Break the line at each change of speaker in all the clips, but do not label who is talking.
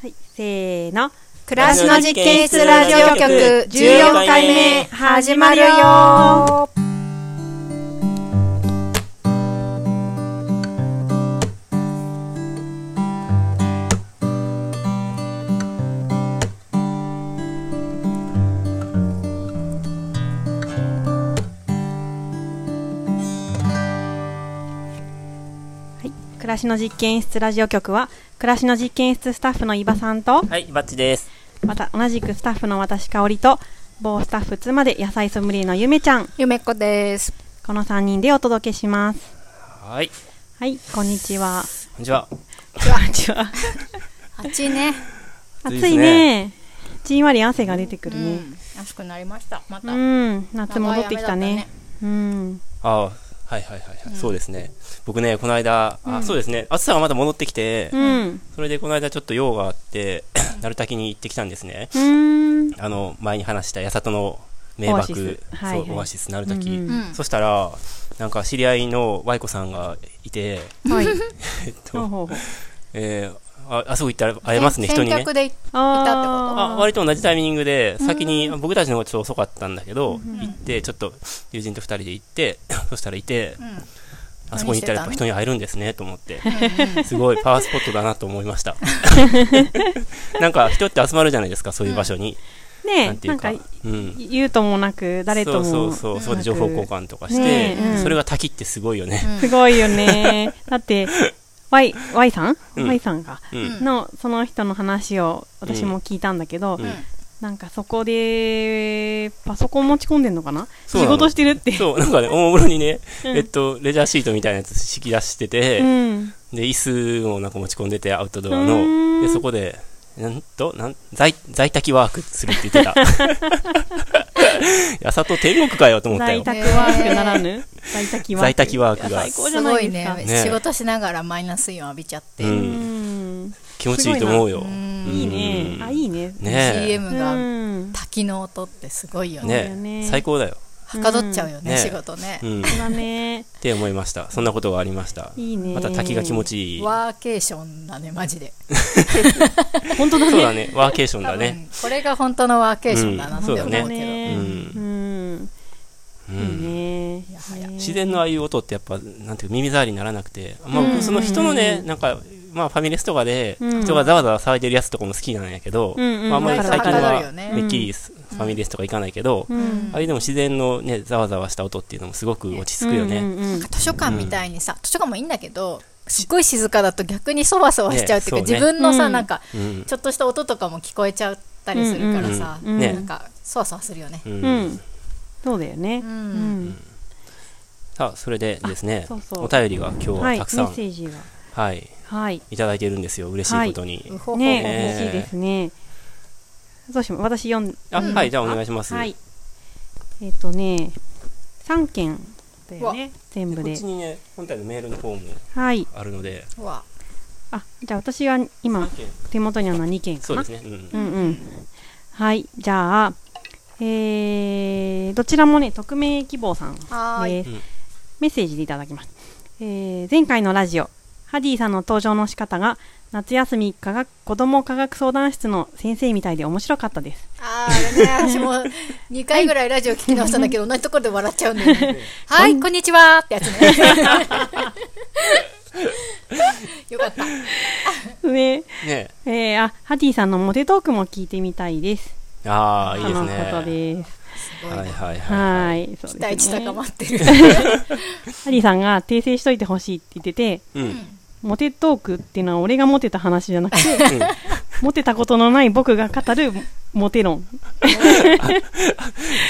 はい、せーの。暮
らしの実験室ラジオ局14回目始まるよ
はい、暮らしの実験室ラジオ局は、暮らしの実験室スタッフの伊庭さんと、
はい、バッチです。
また同じくスタッフの私香織と、某スタッフ妻で野菜ソムリエのゆめちゃん、
ゆめっこです。
この3人でお届けします。
はい、こ
はい、こんにちは。
んにちは。
こんにちは。
暑いね。
暑い
暑
ですね
いね。じんわり汗が出てく
う
るね。
ん。暑くなりました。ま
う
た。
ん、夏戻ってきたね。うん。
あはいはいはい、はいそうですね。僕ね、この間、あそうですね、暑さがまた戻ってきて、
うん。
それでこの間ちょっと用があって、 鳴滝に行ってきたんですね。
うん。
あの、前に話した八里の名
オアシス
瀑、
はいはい
そう、オアシス鳴滝、
うん
長い雨だったね。
そしたら、なんか知り合いの Y 子さんがいて、
はい。
え
ほ
っ
う
と、
ほうほう
えーあ、あそこ行ったら
うん。
会えますね、人にね
先。客で
あ割と同じタイミングで、先に、僕たちの方がちょっと遅かったんだけど、行って、ちょっと友人と二人で行って、 そしたらいて、
ん
あそこに行ったらやっぱ人に会えるんですね、と思って、すごいパワースポットだなと思いま した。なんか人って集まるじゃないですか、そういう場所に。なん
ねえ、
てい
な
うん
か
か、。うん。
言うともなく、誰とも。
そうそうそう、そこで情報交換とかして
ねえうん、
それが滝ってすごいよね。
すごいよね。 だって、Y、Y さん、
うん
?Y さんが、
うん。
の、その人の話を私も聞いたんだけど、
うん
なんかそこで、パソコン持ち込んでんのかな
そうな
仕
の
事してるって。
そう、なんかね、おもむろにね、
うん
えっと、レジャーシートみたいなやつ敷き出してて、
うん。
で、椅子をなんか持ち込んでて、アウトドア
うーん
の。で、そこで、なんと、なん、在、在宅ワークするって言 ってた。 やさと天国かよと思った
在
よ。
宅ワークならぬ在宅ワーク。
在宅ワークが
いや最高じ
す
ゃな
ご
い
い
ですか。
ね。
ね
仕事しながらマイナスイオン浴びちゃって。
う。
うんん。
気持ちいいと思うよ。
すごいなうん
いいね。あ、い
い。
いね。
ね
CM
う
が
ん。
滝の音ってすごいよ
え。
ね。
そうだよ
ね
ね
え。最高だよ。
はかどっちゃうよ
うん
ね、
ね
仕事ね
う。ん。っ
そうだね。
て思いました。そんなことがありました。
いいね。
また滝が気持ちいい。
ワーケーションだね、マジで。
本当だ
そう
ね。
だね。ワーケーションだ
多
ね。
分、これが本当のワーケーションだなって
うん
思
そ
う
う
け
だ
ど。
ね
う
うん。
う
い
ん。
いね。ね
自然のああいう音ってやっぱ、なんていうか耳障りにならなくて。まあ
うん
僕、その人の
う
ね、
ん
なんか、まあファミレスとかで、
うん
人がざわざわ騒いでるやつとかも好きなんやけど、
うんうん
まああんまり最近
わかる
は
よね
めっきりすファミレスとか行かないけど、
うん
ああいうでも自然のね、ざわざわした音っていうのもすごく落ち着くよ
うん
ね。
うんうん
図書館みたいにさ、図書館もいいんだけどすっごい静かだと逆にそわそわしちゃうっていう
ねそ
か、
うね
自分のさ、
うん
なんか
うん。
ちょっとした音とかも聞こえちゃったりするからさ、
うんうんうん
ね
なんかそわそわするよね。
うん
うんそうだよね。
う
うんん。
さあ、それでですね、
そうそう
お便りが今日
は、
は
メ
いたくさん
ッ、セージが。
はい、
はい。
いただいてるんですよ。嬉しいことに
う。ほほ
ね
ね
嬉しいですね。どうしよう。私読ん
あ、
うん
はい、じゃあお願いします。
はい。えっとね、3件だよね。全
で
部
こっ
で
ち。にね、本体のメールの方も
はい。
あるので、
うわ
あ、じゃあ私は今、手元にあるのは2件か
そう
な
で。すね。うん
うんうん。はい。じゃあ、えー、どちらもね、匿名希望さんです。
はーい
うん
メッセージでいただきます。えー、前回のラジオ、ハディさんの登場の仕方が、夏休み科学、子供科学相談室の先生みたいで面白かったです。
あーあれね私も2回ぐらいラジオ聞き直したんだけど、同じところで笑っちゃうんだよね。はい、こんにちはってやつ ね。よかった。
ね
ね
えー、あ、ハディさんのモテトークも聞いてみたいです。
ああ、いいです
とのこと
ね。
です。
すごい
は
な。
いはい
は
は
ーい。そう
期待
です
値
ね
高まってる。
ハディさんが訂正しといてほしいって言ってて、
い。うん。
モテトークっていうのは俺がモテた話じゃなくて、モテたことのない僕が語るモテ論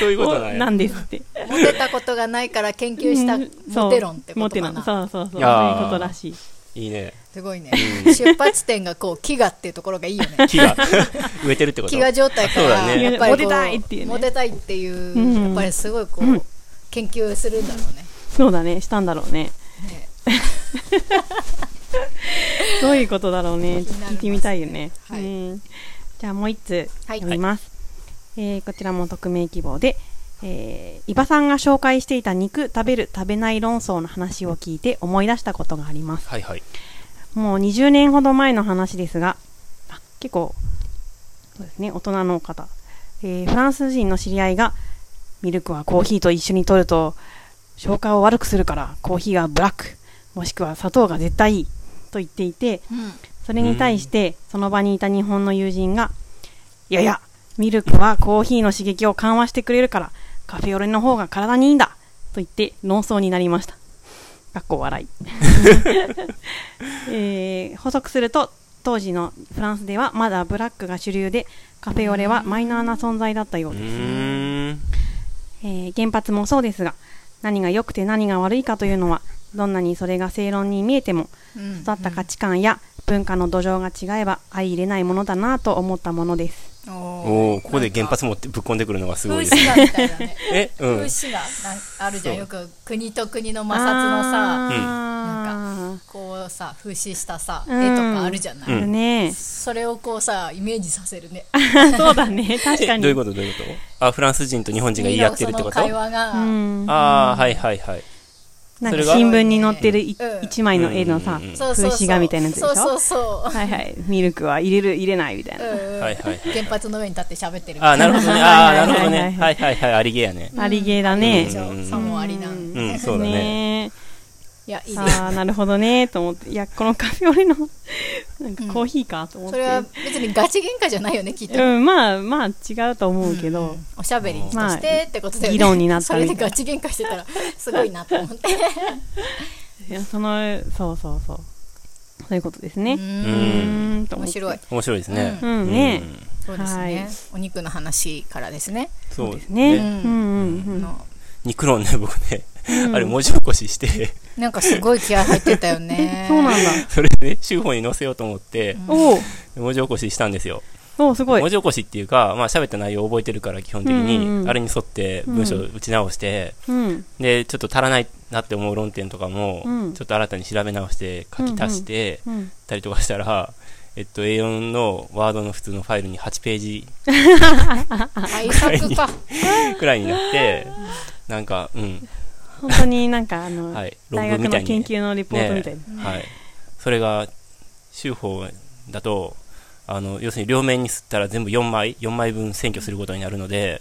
そういうこと
を
なんや
なんですって。
モテたことがないから研究したモテ論って
モ
こ
テ
とか
論。
な。
そうそうそう。そういう
あー
ことらしい。
いいね。
すごい ね。出発点がこう、飢餓っていうところがいいよね。
木が 植えてるってこと
飢餓状態か
そう
ら、
だね
やっぱ
モ
りこ
テたいっていうね
モテたいっていう、
うん
やっぱりすごいこう、
うん
研究するんだろうね。
そうだね。したんだろうね。
ね
どういうことだろうね。
気になります
聞いてみたいよね。
はい
うんじゃあもう一つ
はい
読みます。えーこちらも匿名希望で、えー、伊庭さんが紹介していた肉食べる食べない論争の話を聞いて思い出したことがあります。
はいはい。
もう20年ほど前の話ですが、あ結構、そうですね、大人の方。えーフランス人の知り合いが、ミルクはコーヒーと一緒に摂ると、消化を悪くするから、コーヒーはブラック、もしくは砂糖が絶対いい、と言っていて、それに対して、その場にいた日本の友人が、いやいや、ミルクはコーヒーの刺激を緩和してくれるから、カフェオレの方が体にいいんだと言って論争になりました。かっこ笑い。えー補足すると、当時のフランスではまだブラックが主流で、カフェオレはマイナーな存在だったよう
う
です。
ーん。
えー原発もそうですが、何が良くて何が悪いかというのは、どんなにそれが正論に見えても、
うん
育った価値観や文化の土壌が違えば相入れないものだなと思ったものです。
お
おお、ここで原
原発
発持ってぶっ込んでくるのがすごい
風
です。
刺画みたいなね
え、う
風
ん。
刺画なんあるじ
そ
ゃん
う
よく国と国の摩擦のさ
あー
こうさ風刺したさ、
うん
絵とかあるじゃない、
うん
あるね。
それをこうさイメージさせるね
そうだ ね、確か
え
に。
どういうことどういうことあ、フランス人と日本人が言い合ってるってこ
その会
と
話が、
うん、なん
ああ、はいはいはい。
か
それが
新聞に載ってるい
うん
一枚の絵のさ
うんうんうん、
そうそうそう
風刺画みたいなやつでしょ
そうそうそう
はいはい、ミルクは入れる、入れないみたいな。
うん
はいはいはい
原発の上に立って喋ってるみ
あ
た
あ、
いな
なるほどね。ああ、なるほど
はい
ね。
は
はいいはいはい、ありげやね。
ありげーだね。
うん
さもありな、
うん
うん、そうだね。
ね
いやいいね
ああ、なるほどね、と思って。いや、このカフェオレの、なんかコーヒーかと思っ
そ
て。
れは別にガチ喧嘩じゃないよねきっと、
うん、まあ、まあ、違うと思うけど。
おしゃべりとしてってことだ
まあ
よね、
議論になった
そ
り
れでガチ喧嘩してたらすごいなと思って
いや、その、そうそうそう。そういうことですね。
う
うん
ん。
ーんと思
面
って
白い
面白いですね。
う
うん
ね。
そうですね、
はい
お肉の話からですね、
そ
そう
う
で
ですすね。うん
ね。
うんう
あ
ん。
の
肉論ね、僕ね。
うん
あれ、文字起こしして、
なんかすごい気合入ってたよ ね
そうなんだ。
それでね、週報に載せようと思って、
おう
文字起こししたんですよ。
おう、すごい。
文字起こしっていうか、まあ喋った内容を覚えてるから基本的
うんうん
に、あれに沿って文章を打ち直して、
うん。
で、ちょっと足らないなって思う論点とかも
うん、
ちょっと新たに調べ直して、書き足して、
うん。
たりとかしたら、えっと、A4 のワードの普通のファイルに8ページ
対策か
くらいになって、なんか、うん、
本当になんか、あの、
はい、
大
論
学
文みた
の
い
研
に。
究のリポートみたいな。
はい。それが、州法だと、あの、要するに両面に吸ったら全部4枚、4枚分選挙することになる ので、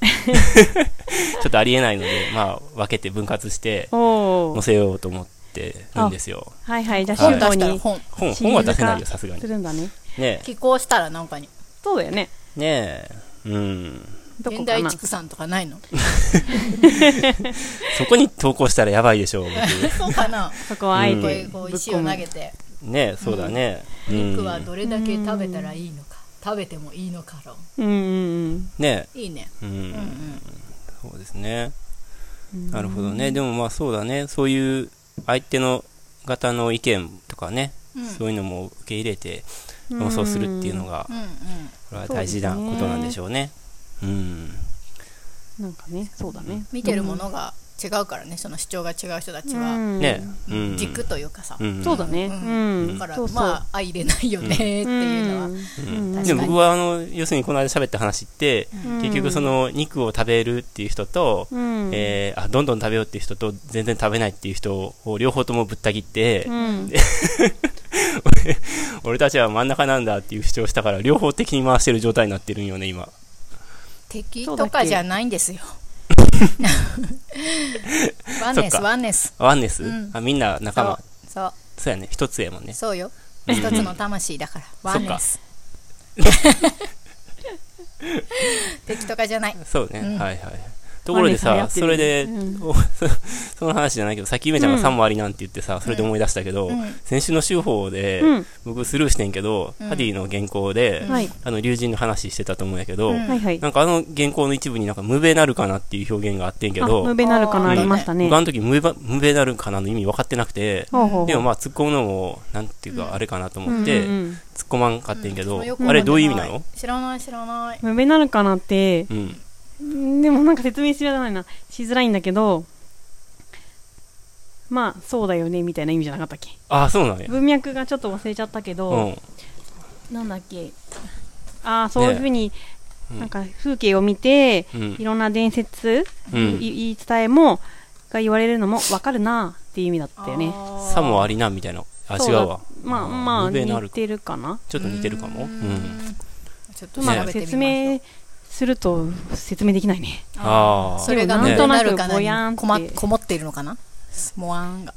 ちょっとありえないので、まあ、分けて分割して、
お
載
お。
せようと思ってるんですよ。
はいはい、じゃあ、
本
進
出
歩
したら
に
本
本、
シリーズ化
本は出せないよ、さすが
す
に。
るんだね。
ね
寄稿したらなんかに
そうだよね。
え。ねえ。うん。
どこか
現代
な。
畜産とかないの
そこに投稿したらやばいでしょう、僕。
そうかな
そこはあえ
うん
こう
て
いうこう石を投げて
ねえそうだね、うん
肉はどれだけ食べたらいいのか食べてもいいのか論
うんうん
ね
いいね
え、うん
うんうん
そうですね
うん。
なるほどねでもまあそうだねそういう相手の方の意見とかね、
うん
そういうのも受け入れて
うん。
論争するっていうのが
うんうん
これは大事なことなんでしょうねうん
なんかね、そうだね。
見てるものが違うからねその主張が違う人たち
う
は
ん
ねえうん
軸というかさ
うん
そうだね。
う
うん。
だから
そうそう
まあ相入れないよねっていうのは
うん
確かに
でも僕はあの要するにこの間喋った話って、
うん
結局そ、の肉を食べるっていう人と、
うん
えーあどんどん食べようっていう人と全然食べないっていう人を両方ともぶった切って、
うん
俺たちは真ん中なんだっていう主張したから両方的に回してる状態になってるんよね今
敵
そうだ
と
っけ
かじゃないんですよワンネス
そっか
ワンネス
ワンネス、
うん
あみんな
そ
仲
う
間
そう
そうやね一つやもんね
そうよ
うん
一つの魂だからワンネス 敵とかじゃない
そうね、
うん
はいはいところで
ワン
さ
ネス
そ
流行っ
れ
てる
で、
ねう
おそその話じゃないけどさっきゆめちゃんが
うん
3もありなんて言ってさ、それで思い出したけど、
うん
先週の週報で、
うん
僕スルーしてんけど、
うん
ハディの原稿で、
うん
はい。
あの龍神の話してたと思うんやけど、
うん
はいはい。
なんかあの原稿の一部になんか無べなるかなっていう表現があってんけ
あ、
ど、
ムベなるかなありましたね
僕。あの時無べ無べなるかなの意味分かってなくて、
ほうほうほう
でもまあ突っ込むのもなんていうかあれかなと思っ
う
て
んうんうん
突っ込まんかってんけど、
うんよくわかんない
あれどういう意味なの
知らない知らない
ムベなるかなって、
うん
でもなんか説明しづらいな、しづらいんだけど、まあ、そうだよね、みたいな意味じゃなかったっけ
ああそうなんや
文脈がちょっと忘れちゃったけ
う
ど、
ん
なんだっけ。ああ、そういうふうに、
うん
なんか風景を見て、
うん
いろんな伝説、
う
い
ん
言い伝えも、が言われるのも分かるなっていう意味だったよね。
さもあ
り
りなんみたいなあ
そ
違
だ
うわ
まあまあ、
無べな
似
る
てるかな。
ちょっと似てるかもうん
ちょっと
う
調
ま
べ
く
てみます。
説明すると説明できないね。
あー
それ
で
がな
も
んとな
なんと
る
なくぼや
か
んっ
に
て
こまこもっているのかなもわんが。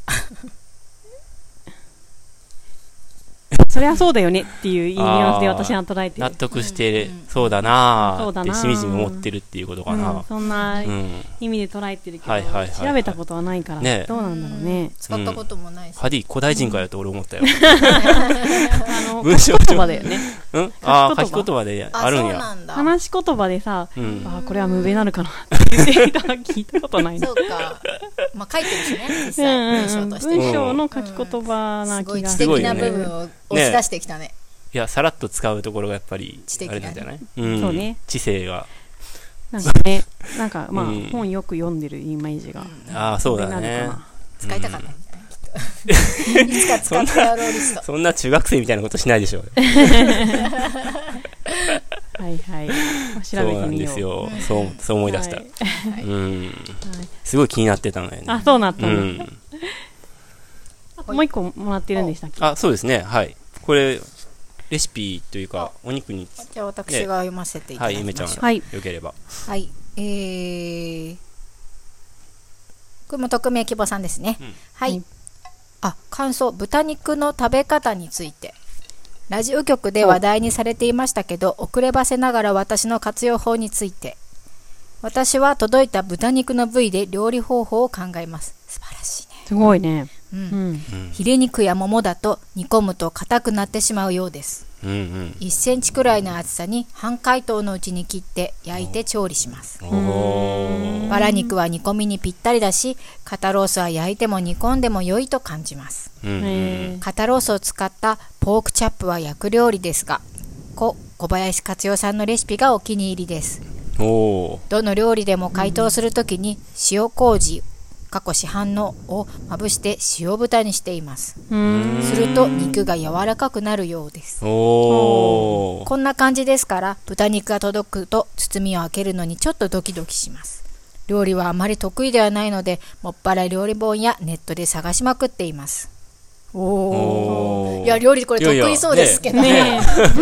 そりゃそうだよねっていうニュアンスで
あー
私は捉えてる
納。得して
うん、
そうだな
そう
ーっ
だ
て
なー
しみじみ思ってるっていうことか
う、。
なん
そんな
うん。
意味で捉えてるけど、
はいはいはいはい
調べたことはないから、
ね
どうなんだろうね。
使ったこともないし。
ハディ、古代人かよと俺思ったよ。
あ の、
文章
言葉だよね。
うんあ
書
あ、書
き
き
言葉
言葉であ
あ、
る
そ
ん
う
や。
なんだ。
話し言葉でさ、
うん。
あーこれは無名なるかなって言っていたのは聞いたことないな
そ。うか。まあ書いてるしね、
う
実
ん
際、文
うんう
章
ん
と
文
して。
章の書き言葉な
すご
気
い
が
知
する。
ご
的
いよ
な
ね
部分を押し出してきたね。
いや、さらっと使うところがやっぱり
知、的
あ
な
れ
ね
なんじゃないうん。
そうね
知性が。
なんかね、なんかまあ、
うん
本よく読んでるイメージが。
ああ、そうだ
無名な
ね
の。か
使いたかったんじゃ ないきっと。いつか使ってやろうリスト。
そんな中学生みたいなことしないでしょ。
なはいはい。まあ 調
そ
べてみよう。
うなんですよ。そう、そう思い出した
は。い
うん。
はい
すごい気になってたのよ
あ、
ね。
そうなった
う
の、
ん。
もう一個もらってるんでしたっけ
あ、そうですね。はい。これ、レシピというか、お肉に、
じゃあ私が読ませていた
は
だ
い、
き
ゆ
ま
め
し
ち
ょ
ゃ。。
うん
はい
よければ。
はい、えー、これも匿名希望さんですね。
うん
はい、
はい
あ、感想、豚肉の食べ方について。ラジオ局で話題にされていましたけど、遅ればせながら私の活用法について。私は届いた豚肉の部位で料理方法を考えます。素晴らしいね。
すごいね。
う。
うんん。
うん。
ヒレ肉や桃だと煮込むと硬くなってしまうようです。
うん
1センチくらいの厚さに半解凍のうちに切って焼いて調理します。
うん。おー。
バラ肉は煮込みにぴったりだし肩ロースは焼いても煮込んでも良いと感じます
うんうん。
えー
肩ロースを使ったポークチャップは焼く料理ですがこ小林克代さんのレシピがお気に入りです
おー。
どの料理でも解凍するときに塩麹過去市販のをまぶして塩豚にしています
うーん。
すると肉が柔らかくなるようです
おー。
こんな感じですから豚肉が届くと包みを開けるのにちょっとドキドキします料理はあまり得意ではないのでもっぱら料理本やネットで探しまくっています
おー
いや料理これ
いやいや
得意そうですけどね
ね え、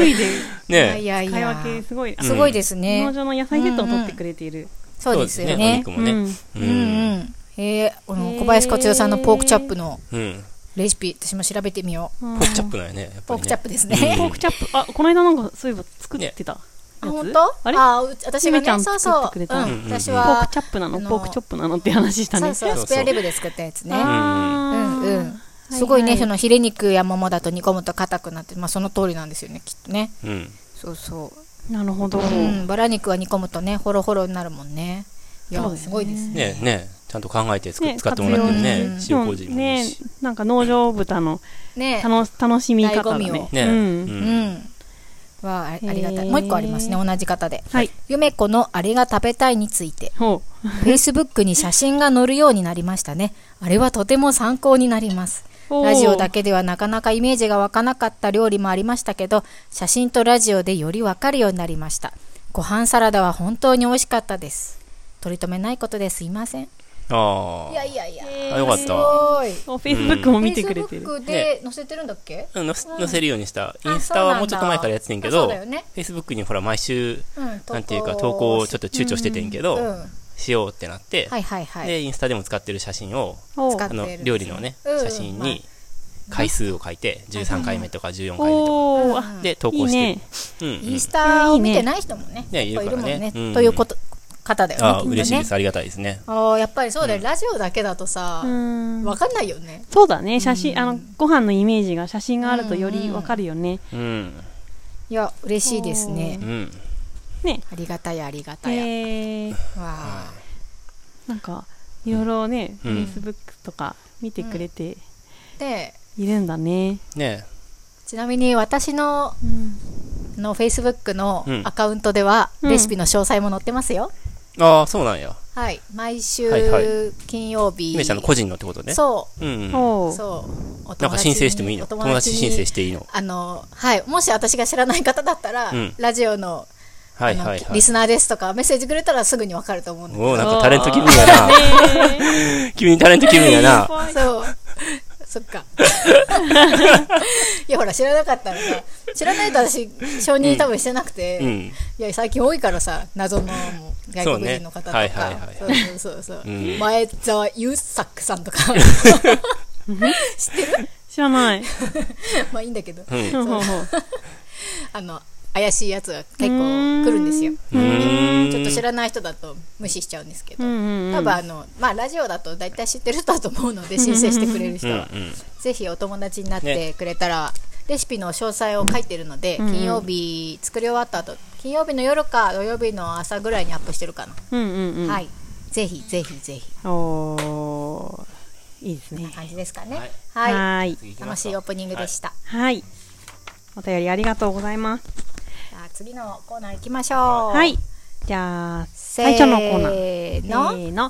V で
ねえ。
いやいやい
使い
や
分けすごい。あ
すごいですね、
農場の野菜セットを取ってくれている。
そうですよ
お
ね
肉もね。
う
うん
うん
ん。
へえこの小林克代さんのポークチャップの
うん。
レシピ私も調べてみよう
ポ
ポークチャップなんやね。やっぱりね
ポークチャップです
ポ
ね、
ークチャップ。あ、この間なんかそういえば作ってたやつ。
あ本当
あれ
あうち私が
ゆめちゃ
ね
ん
そうそう、
作ってくれた
うん
うんうん
私
ポ
は
ークチャップなの
あの
ポークチョップなのって話した
そ
ね
う。そうスペアリブで作ったやつねうん
あー
うん、すごい
は
ね、
いはい
そのヒレ肉や桃だと煮込むと硬くなって、まあ、その通りなんですよねきっとね
うん。
そうそ
なるほど。
う、うん、バラ肉は煮込むとねホロホロになるもんねいや
そうだよね
すごいですね
ねえ、ねえ。ちゃんと考えて作っ
ね
使ってもらってる
活用
ね
に。
塩麹もいいし。
うんねなんか農場豚の
ね
楽楽しみ方だ
醍醐味を
ね。
ねえ。
う。
うん
うん
ん。
はああ
ー
りがたいもう一個ありますね同じ方で
はい。
「ゆめこのあれが食べたい」につ いて
ほ
Facebook に写真が載るようになりましたねあれはとても参考になります
う。
ラジオだけではなかなかイメージが湧かなかった料理もありましたけど写真とラジオでよりわかるようになりましたご飯サラダは本当に美味しかったです取り留めないことですいません
ああ。
いやいや
あよかっ
す
た。
ごい
お。フェイスブックも見てくれてる。
Facebook で載せてるんだっけ
うん載せ載せるようにした。
あ
インスタはもうちょっと前からやってんけ
そう
ど
だ、よね
Facebook にほら毎週、
うん
なんていうか投稿をちょっと躊躇しててんけ
うん
ど、しようってなって、
はいはいはい
で、インスタでも使ってる写真を、
ほう
使っ
あの
てる
料理のね、
うん
写真に回数を書いて、13回目とか14回目とか。
おー
う
あ
ん
で、投
いい
稿して
ね
る。。うん
インスタを見てない人もね
ね
いっぱいいるもん
いる
ね
からねうん
ということ方だよね
ああ、
きっとね
嬉しいです。ありがたいですね。
ああやっぱりそうだよ、ラジオだけだとさ
うーん
わかんないよね
そうだね。写真、
うん
あの、ご飯のイメージが写真があるとよりわかるよね。
うん。
いや嬉しいですね
うん。
ね。
ありがたやありがたや、
えー、
わあ
なんか、いろいろね、フ
うん
ェイスブックとか見てくれて
で
いるんだね。
ね
ちなみに私の
うん。
の Facebook の
うん
アカウントでは、
うん
レシピの詳細も載ってますよ、
え。ああ、そうなんや。
はい毎週
はいはい
金曜日、
ゆめちゃんの個人のってことね。
そ
うん。な
ほ
う
う。
そうお友達
んか申
に
請してもいいの
お
友達申請していいの
あのはいもし私が知らない方だったら、
うん
ラジオ
は
の,、
いはい
あの
は
リ
い。
スナーですとかメッセージくれたらすぐにわかると思うんだけど
おおなんかタレント気分やな。急にタレント気分やな。
そう そっ かいやほら知らなかったらさ知らないと私承認多分してなくて、
うん。
いや最近多いからさ謎のもう外国人の方とか
そうねはいはい
そうそうそうそう、
うん
前澤友作さんとか知ってる
知らない。
まあいいんだけど
うん。
ほうほうほう
あの怪しいやつが結構来るんですよ
うーん
ちょっと知らない人だと無視しちゃうんですけど、
うんうんうん
多分あの、まあ、ラジオだと大体知ってる人だと思うので申請してくれる人は、
うんうん
ぜひお友達になっ
ね
てくれたら、レシピの詳細を書いてるので、
んうん
金曜日作り終わった後金曜日の夜か土曜日の朝ぐらいにアップしてるかな、
うんうんうん。
はいぜひぜひぜひ
おーいいです
こんな
ね。
感じですかね
はい
はい、
い。
次行きま
楽
す
し
か
いオープニングでした、
はい。お便りありがとうございます。
じゃあ次のコーナー行きましょう
はい。じゃあ、
せ
最初のコーナー。
ー
せ
の
ーの。